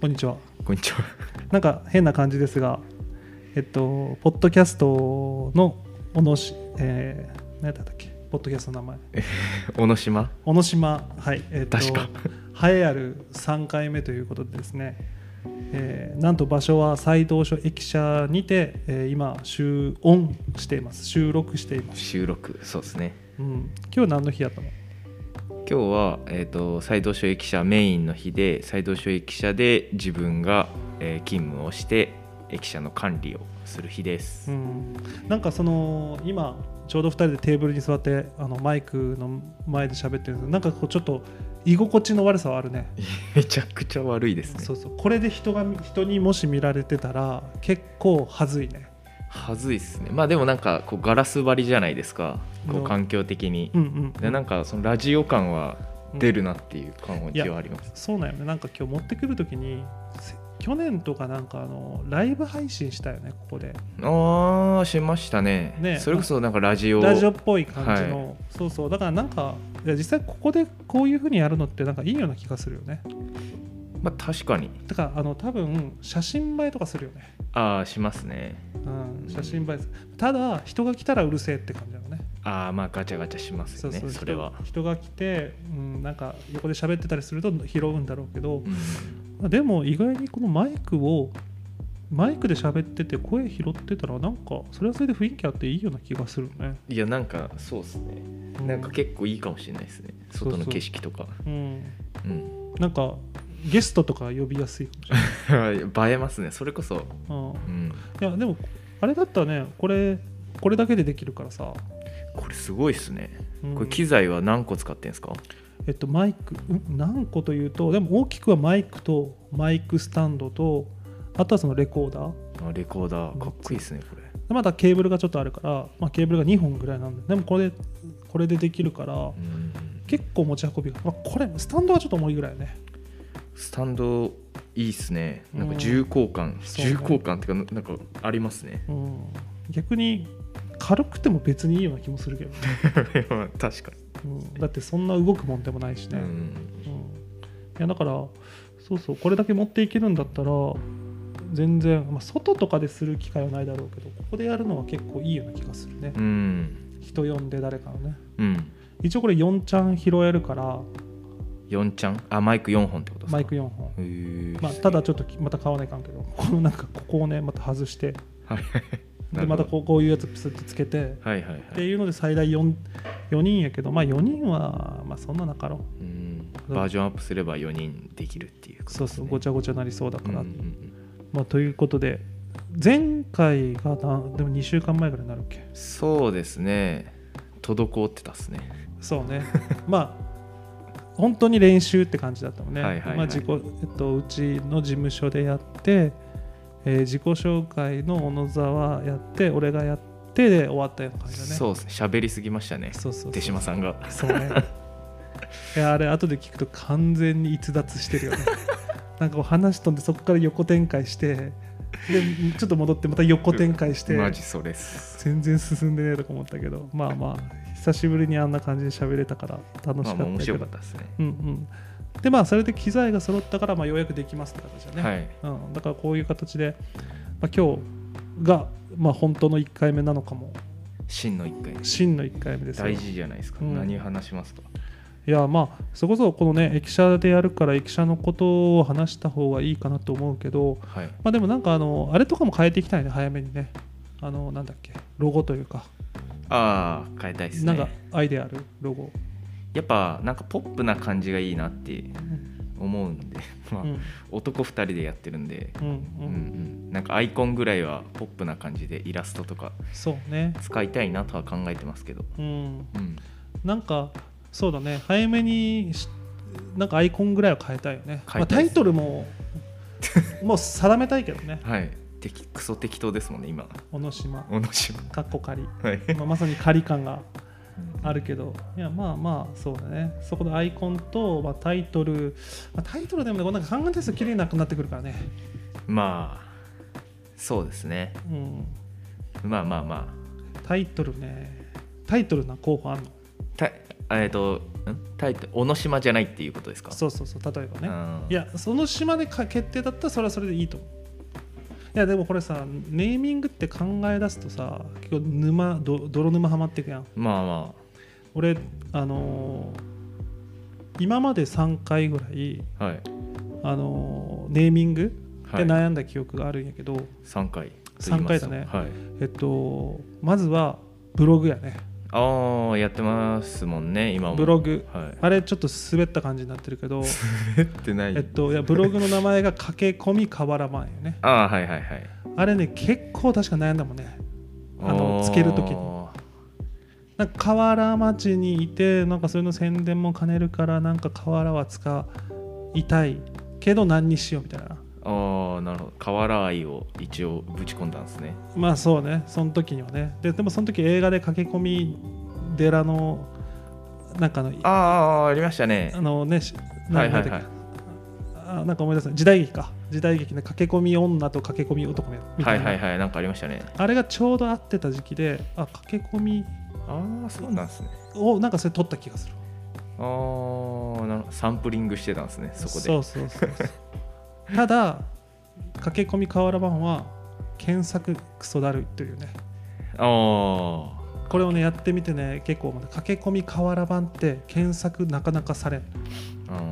こんにちは。こんにちは。 なんか変な感じですが、えっと、ポッドキャストの小野し、えー、何だったっけ、ポッドキャストの名前、小野島。小野島、はい、えっと、確か栄えある3回目ということでですね、えーなんと場所は斎藤署駅舎にて、えー今、収音しています、収録しています。収録。そうですね。うん、今日何の日やったの今日は、えっ、と、斎藤署駅舎メインの日で、斎藤署駅舎で自分が、えー勤務をして。駅舎の管理をする日です。うん、なんかその今ちょうど2人でテーブルに座ってあのマイクの前で喋ってるんですけどなんかこうちょっと居心地の悪さはあるねめちゃくちゃ悪いですねそ。うそうこれで人が人にもし見られてたら結構はずいねはずいっすね。まあ、でも、なんか、こうガラス張りじゃないですか。こうんう環境的にう。んうんで、なんか、そのラジオ感は出るなっていう感じはあります。そうなんよねなんか今日持ってくる時にせ去年とかなんかあのライブ配信したよねここでああ、しましたね。ねそれこそ、なんかラジオ。ラジオっぽい感じの、そうそうだからなんかいや実際ここでこういう風にやるのってなんかいいような気がするよねまあ、確かに。だからあの多分写真映えとかするよねああ、しますね。うん、写真映えですただ人が来たらうるせえって感じなのねああ、まあ、ガチャガチャしますよね。それは人。人が来て、うん、なんか横で喋ってたりすると拾うんだろうけどうんまあでも意外にこのマイクをマイクで喋ってて声拾ってたらなんかそれはそれで雰囲気あっていいような気がするね、いや、なんか、そうですね。うんなんか、結構いいかもしれないですね。そうそう外の景色とか。うん、うん。なんかゲストとか呼びやすいかもしれない 映えますね。それこそ。うんうん。いやでもあれだったらねこれこれだけでできるからさ、これ、すごいですね。うんこれ、機材は何個使ってんですか。えっと、マイクうん何個というとでも大きくはマイクとマイクスタンドとあとはそのレコーダーあレコーダー、かっこいいですね。これ。でまたケーブルがちょっとあるから、まあ、ケーブルが2本ぐらいなんででもこれこれでできるからうん結構持ち運びが、まあ、これスタンドはちょっと重いぐらいよねスタンド。いいっすね。なんうかん重厚感、そうね重厚感っていうか、なんかありますね。うん逆に軽くても別にいいような気もするけどね、 まあ確かうんだってそんな動くもんでもないしに。ね、ううんんいやだからそうそうこれだけ持っていけるんだったら全然、まあ、外とかでする機会はないだろうけどここでやるのは結構いいような気がするねうん。人呼んで誰かのねうん。一応これ4ちゃん拾えるから四ちゃん、あ、マイク四本ってことですか。マイク4本、へーまあ、ただちょっときまた買わないかんけどこのなんかここをねまた外してはいでなるほまどたこうこういうやつプスってつけてはいはいっはてい。いうので最大 4, 4人やけどまあ4人はまあそんななかろううんバージョンアップすれば4人できるっていうことそうですそね。うごちゃごちゃなりそうだから、うんうんうんまあ、ということで前回がなでも2週間前ぐらいになるっけそうですね。滞ってたっすね。そうね まあ本当に練習って感じだったもんね、はいはいはいまあ自己えっと、うちの事務所でやって、えー自己紹介の小野沢やって俺がやってで終わったような感じだねそうですね。喋りすぎましたね。そうそうそう手島さんが。そう ねいやあれ後で聞くと完全に逸脱して るよねなんかこう話飛んでそこから横展開してでちょっと戻ってまた横展開してマジそれっす。全然進んでねえとか思ったけどまあまあ久しぶりにあんな感じで喋れたから楽ましあかまあっ面たけ白ど、かったですね。うんうんでまあそれで機材が揃ったからまあようやくできますって形だね、はい。うん、だからこういう形で、まあ、今日がまあ本当の1回目なのかも真の1回。真の1回目ですよ大事じゃないですか。うん何話しますか。いやまあそれこそこのね駅舎でやるから駅舎のことを話した方がいいかなと思うけどはい。まあでもなんかあのあれとかも変えていきたいね早めにねあのなんだっけロゴというか、ああ、変えたいですなんかね。アイデアあるロゴ、やっぱなんかポップな感じがいいなってうん思うんで、 まあうん男2人でやってるんで、うんううんんうんなんかアイコンぐらいはポップな感じでイラストとかそうね使いたいなとは考えてますけど、うんうん、なんかそうだね早めにしなんかアイコンぐらいは変えたいよね変えまあ、タたいイですトルももう定めたいけどねはい適クソ適当ですもんね今 小野島小野島かっこ仮、はい まあ、まさに仮感があるけどいやまあまあそうだねそこでアイコンと、まあ、タイトル、まあ、タイトルでもねこうなんか考えたやつ綺麗なくなってくるからねまあそうですねうんまあまあまタイトルねタイトルな候補あんのあたえっとんタイトル小野島じゃないっていうことですかそうそうそう例えばね、うんいやその島でか決定だったらそれはそれでいいと思ういやでもこれさネーミングって考え出すとさ結構沼ど泥沼ハマっていくやんまあま俺あのー今まで3回ぐらいあはいあのーネーミングはでい悩んだ記憶があるんやけど、 3回と言い三ま回すだとねはいえっとまずはブログやねああやってますもんね今もブログはあれちょっと滑った感じになってるけど、いってない、 えっと、いやブログの名前が駆け込み河原前よねああはいはいはいあれね結構確か悩んだもんねあのおーつける時になんか河原町にいてなんかそういうの宣伝も兼ねるからなんか河原は使いたいけど何にしようみたいなああなるほど河原愛を一応ぶち込んだんですねまあそうねその時にはねででもその時映画で駆け込み寺のなんかあのああありましたねあのねしはないんはだっいけはいあなんか思い出す時代劇か時代劇の駆け込み女と駆け込み男みたはいいな、はいはいなんかありましたねあれがちょうど合ってた時期であ駆け込みああそうなんですねをなんかそれ撮った気がするああなるほどサンプリングしてたんですねそこでそうそうそうそうただ駆け込み河原版は検索クソだるいというねあこれをねやってみてね結構思う駆け込み河原版って検索なかなかされん、ああ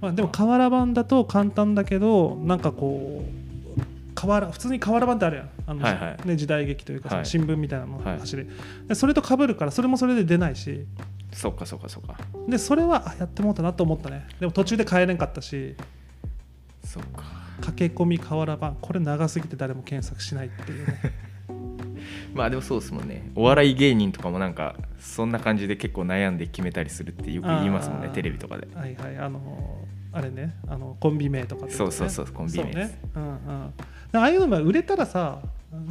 まあ、でも河原版だと簡単だけどなんかこう河原普通に河原版ってあるやんあの、はいはいね、時代劇というかそはのい新聞みたいなのはいの走り、でそれとかぶるからそれもそれで出ないしーそうかそうかそうかでそれはあやってもうたなと思ったねでも途中で帰れんかったしそうか駆け込み河原版これ長すぎて誰も検索しないっていうねまあでもそうですもんねお笑い芸人とかもなんかそんな感じで結構悩んで決めたりするって よく言いますもんねあーテレビとかではいはいあのーあれねあのコンビ名とかってことねそうそうそうコンビ名そうですねうんうんでああいうのが売れたらさ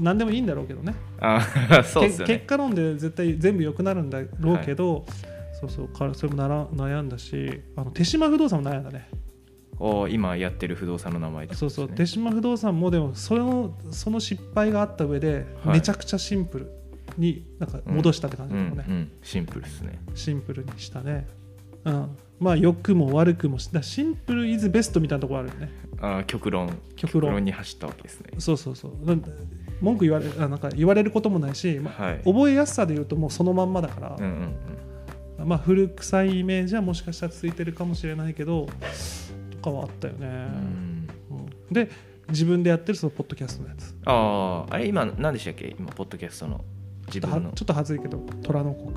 何でもいいんだろうけどねああ そうですよけね結果論で絶対全部良くなるんだろうけど、そうそうからそれもなら悩んだしあの手島不動産も悩んだねおー今やってる不動産の名前ってことそうそですねう手島不動産もでもそのその失敗があった上で、はいめちゃくちゃシンプルになんか戻したって感じうだんもんね、うんシンプルですねシンプルにしたね、うん、まあ良くも悪くもしだシンプルイズベストみたいなところあるよねあー極論極論に走ったわけですねそうそうそうなん文句言われあなんか言われることもないし、まあはい覚えやすさで言うともうそのまんまだからうん、うんまあ、古臭いイメージはもしかしたらついてるかもしれないけどとかはあったよね、うんうんうんで自分でやってるそのポッドキャストのやつあああれ今何でしたっけ今ポッドキャストの自ちょっとは分のちょっと恥ずいけど虎の国、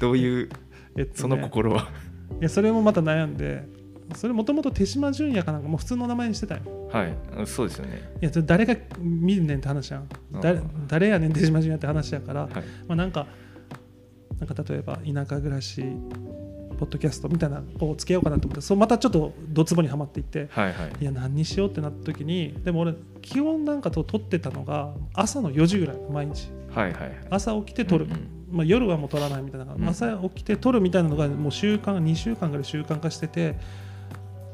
どういうえっとねその心はいやそれもまた悩んでそれもともと手島純也かなんかもう普通の名前にしてたよはいうんそうですよねいやそれ誰が見るねんって話やん誰うん誰やねん手島純也って話やから、はいまあ、なんかなんか例えば田舎暮らしポッドキャストみたいなのをつけようかなと思ってそうまたちょっとドツボにはまっていってはいはいいや何にしようってなった時にでも俺気温なんかと撮ってたのが朝の4時ぐらい毎日はいはいはい朝起きて撮る、うんうんまあ、夜はもう撮らないみたいな、うん朝起きて撮るみたいなのがもう習慣2週間ぐらい習慣化してて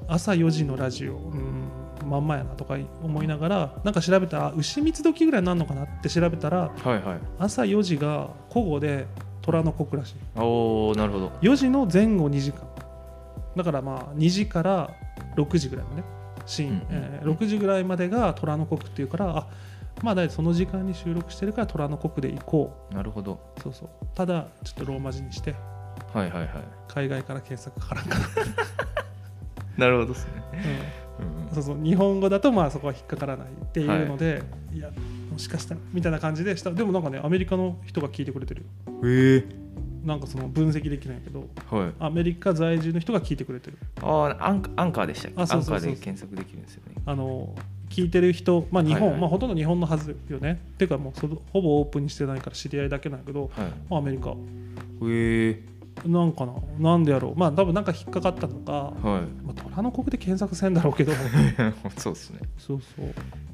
朝4時のラジオうんまんまやなとか思いながらなんか調べたら牛三つ時ぐらいになるのかなって調べたらはいはい朝4時が午後で虎の国らしいおおなるほど4時の前後2時間だからまあ2時から6時ぐらいまでシーン、うんうんえー6時ぐらいまでが虎の国っていうからあまあ大体その時間に収録してるから虎の国で行こなるほどうそうそうただちょっとローマ字にしてはいはいはい海外から検索かからんかな、なるほどですねうんそうそう日本語だとまあそこは引っかからないっていうので、い、やもしかしたらみたいな感じでしたでもなんかねアメリカの人が聞いてくれてるよええなんかその分析できないけどはいアメリカ在住の人が聞いてくれてるああアンアンカーでしたっけあそうそうそうアンカーで検索できるんですよねあの聞いてる人、まあ、日本、はいはいまあ、ほとんど日本のはずよね。っていうかもうそのほぼオープンにしてないから知り合いだけなんやけど、はいまあ、アメリカええなんかななんでやろうまあ多分なんか引っかかったのか、はまあ、虎の国で検索せんだろうけどい そうですね そうそう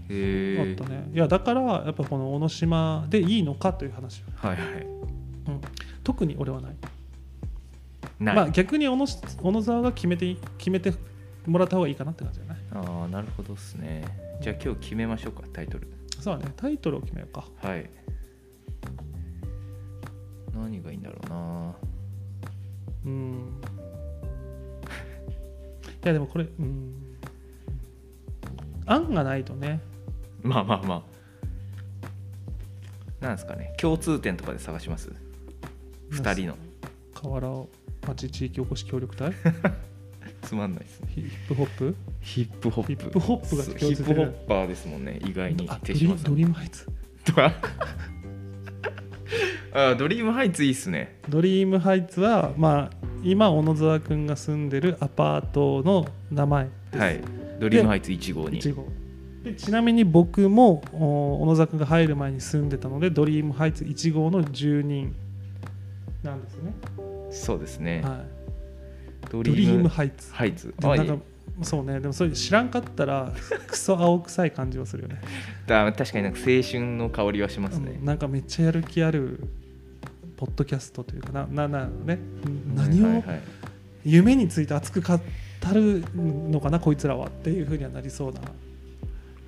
へあえったねいやだからやっぱこの小野島でいいのかという話は、はいはいうん、特に俺はないない、まあ、逆に小野小野沢が決めてい決めてもらった方がいいかなって感じじゃないああなるほどですねじゃあ今日決めましょうかタイトルそうだねタイトルを決めようかはいな何がいいんだろうなうんいやでもこれうん案がないとねまあまあまあなんですかね共通点とかで探します2人の河原町地域おこし協力隊つまんないですねヒップホップヒップホップヒップホップが共通点ヒップホッパーですもんね意外にあド手リ島ーさドんリームハイツとか あドリームハイツいいっすねドリームハイツはまあ今小野沢君が住んでるアパートの名前です、はいドリームハイツ1号に1号でちなみに僕もお小野沢君が入る前に住んでたのでドリームハイツ1号の住人なんですね、そうですね、はい、ドドリームハイツハイツであもいなんかそうねでもそれ知らんかったら クソ青臭い感じはするよねだ確かになんか青春の香りはしますねうん、なんかめっちゃやる気あるポッドキャストというかななな、ね、何はいをはいはい夢について熱く語るのかなこいつらはっていうふうにはなりそうな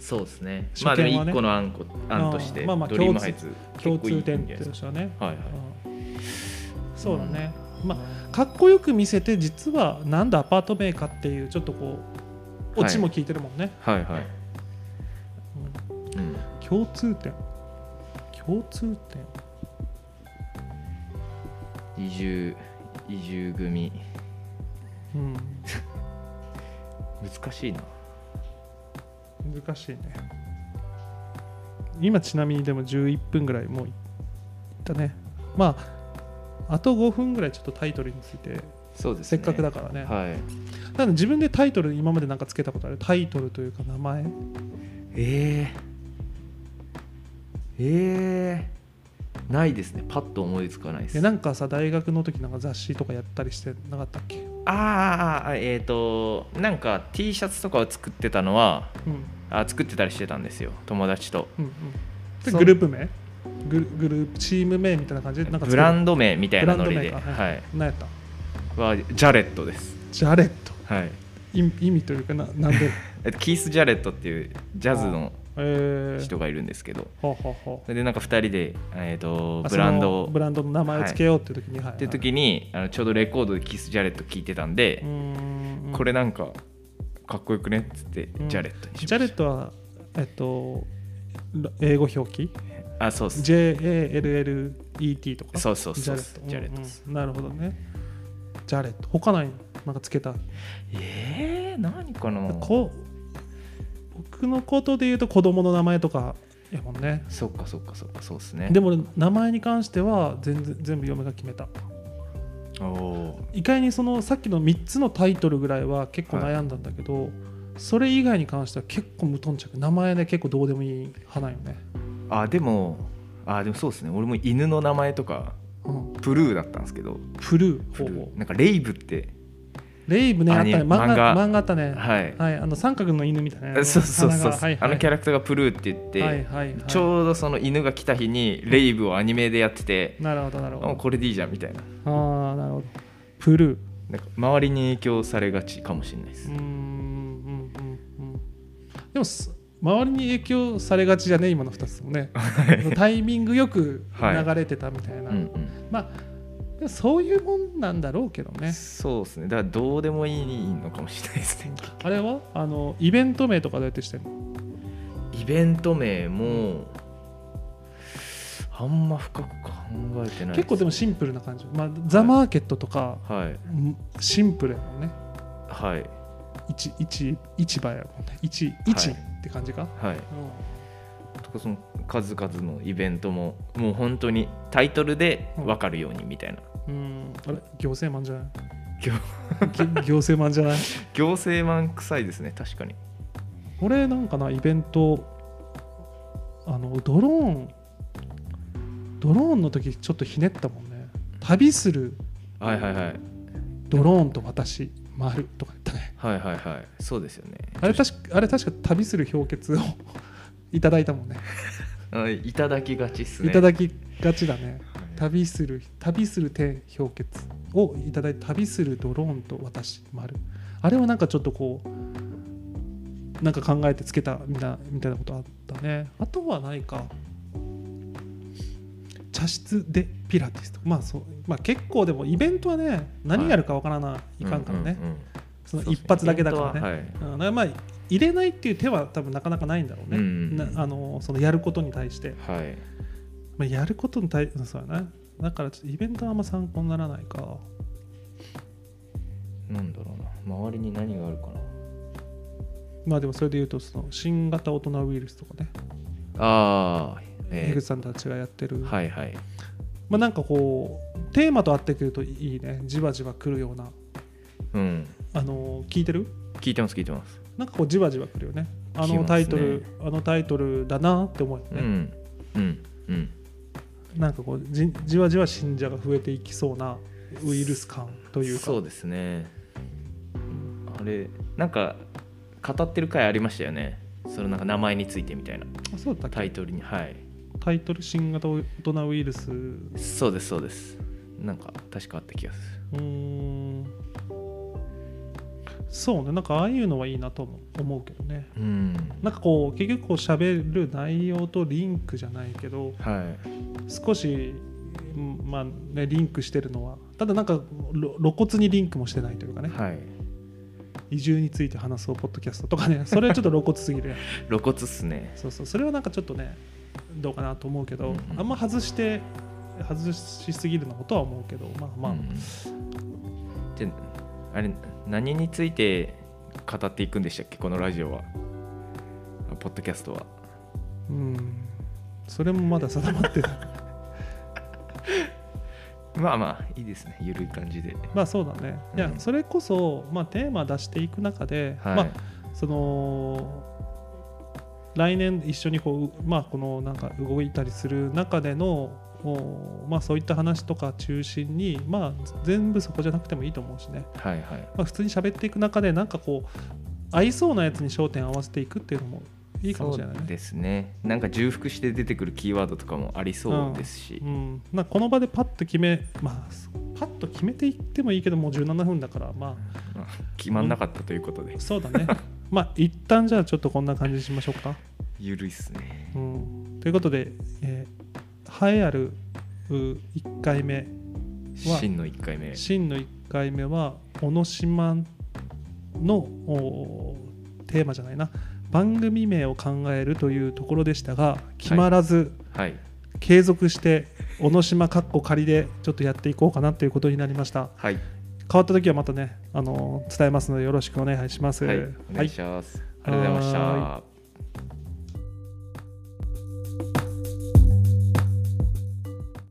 そうですね初見まはあねでも1個の案こ案としてまあまあドリームハイツ共結構いい通んじ点っゃないていでうすのかはね、はいはいうんそうだね、まあかっこよく見せて実はなんだアパート名かっていうちょっとこうオチも聞いてるもんね、はいはい、うん、共通点共通点移住移住組うん難しいな難しいね今ちなみにでも11分ぐらいもういったねまああと5分ぐらいちょっとタイトルについてそうですせねっかくだからねはいなので自分でタイトル今までなんかつけたことあるタイトルというか名前えー、えー、ないですねパッと思いつかないでですなんかさ大学の時なんか雑誌とかやったりしてなかったっけあーあーあーえっ、となんか T シャツとかを作ってたのはうんあ作ってたりしてたんですよ友達とうんうんでそうグループ名グルグループチーム名みたいな感じでなんかブランドド名みたいなノリで、ブランド名かは、はい何やったはジャレットです、ジャレットはい、意味意味というかななん でえっとキース・ジャレットっていうジャズのえー、人がいるんですけどほうほうほうそれでなんか2人で、えー、とあブランドそをのブランドの名前をつけようっていう時に、はい、はいって時にあのちょうどレコードでキース・ジャレット聞いてたんでうー、んこれなんかかっこよくねっつってうんジャレットにしましジた、ャレットはえっとら英語表記あそうっす JALLET とかそうそうジそャレッうっすトジャレットっうんす、うんなるほどねジャレット他ないのなんかつけた、えー、何かなこ僕のことで言うと子供の名前とかやもんねそっかそっかそっかそうっすねでも俺名前に関しては全然全部嫁が決めたおお意外にそのさっきの3つのタイトルぐらいは結構悩んだんだけど、それ以外に関しては結構無頓着名前ね結構どうでもいい派なんよね、ーあでもあでもそうっすね俺も犬の名前とかうん、プルーだったんですけどプループルほうほーなんかレイブってうレイブねあったねアニメ漫画漫画漫画あったねははいい、あの三角の犬みたいなあそうそうそ鼻う、がはいはい、あのキャラクターがプルーって言って、はいはいはいちょうどその犬が来た日にレイブをアニメでやってて、なるほどなるあほどこれでいいじゃんみたいなああなるほどプルーなんか周りに影響されがちかもしれないでうすー、んうんうんうんでもす周りに影響されがちじゃね今の2つもねタイミングよく流れてたみたいな、うんうんまあでもそういうもんなんだろうけどね。そうですねだからどうでもいいのかもしれないですねあれはあのイベント名とかどうやってしてんのイベント名もあんま深く考えてない結構でもシンプルな感じ、まあ、ザ・マーケットとか、はいうんシンプルやもんねはい市市市場やもんね市市って感じか、はいうんとかその数々のイベントももう本当にタイトルで分かるようにみたいな、うんあれ行政マンじゃない行ぎ行政マンじゃない行政マン臭いですね確かに俺なんかなイベントあのドローンドローンの時ちょっとひねったもんね旅するはいはいはいドローンと私丸とか言ったねはいはいはいそうですよねあれ確かあれ確か旅する氷結を いただいたもんねあいただきがちっすねいただきがちだねはい旅する旅する天氷結をいただいて旅するドローンと私丸あれはなんかちょっとこうなんか考えてつけたみたいなみたいなことあったねあとはないか茶室でピラティスとまあそう、まあ、結構でもイベントはね何やるかわからないかんからね、うんうんうんそのそうですね一発だけだからねはういんだからまあ入れないっていう手は多分なかなかないんだろうね、うんうんうんなあのそのやることに対して、はいまあ、やることに対してそうやねだからちょっとイベントはあんま参考にならないかなんだろうな周りに何があるかなまあでもそれで言うとその新型大人ウイルスとかね、ああえ江ー口さんたちがやってる、はいはいまあなんかこうテーマと合ってくるといいねじわじわくるようなうんあの聞いてる聞いてます聞いてます、なんかこうじわじわくるよねあきますのねタイトル、あのタイトルだなって思うようね、んうんうんなんかこうじじわじわ信者が増えていきそうなウイルス感というかそうですねあれなんか語ってる回ありましたよねそのなんか名前についてみたいなあそうだったっタけイトルにはいタイトル新型大人ウイルスうそうですそうですなんか確かあった気がすーんそうねなんかああいうのはいいなとも思うけどねるうんなんかこう結局こう喋る内容とリンクじゃないけどはい少しうんまあねリンクしてるのはただなんかろ露骨にリンクもしてないというかねはい移住について話そうポッドキャストとかねそれはちょっと露骨すぎ るやん露骨っすねそうそうそれはなんかちょっとねどうかなと思うけど、うんうんあんま外して外しすぎるのもとは思うけどまあまあ、うんじゃああれ何について語っていくんでしたっけこのラジオはあポッドキャストはうんそれもまだ定まってないまあまあいいですねゆるい感じでまあそうだねいや、うんそれこそ、まあ、テーマ出していく中で、はい、まあその来年一緒にこう、まあ、このなんか動いたりする中でのおまあ、そういった話とか中心に、まあ、全部そこじゃなくてもいいと思うしね、はいはいまあ、普通に喋っていく中でなんかこう合いそうなやつに焦点合わせていくっていうのもいいかもしれないねそうですねなんか重複して出てくるキーワードとかもありそうですし、うん、なんかこの場でパッと決め、まあ、パッと決めていってもいいけどもう17分だからままあ決まんなかったということで、あそうだね まあ一旦じゃあちょっとこんな感じにしましょうか。ゆるいっすねうん、ということで、えー、栄えあるう1回目は真の1回目真の1回目は小野島のおーテーマじゃないな番組名を考えるというところでしたが決まらず、はい継続して小野島かっこ仮でちょっとやっていこうかなということになりましたはい、変わった時はまたねあのー伝えますのでよろしくお願いします、はい、お願いします、ありがとうございましはた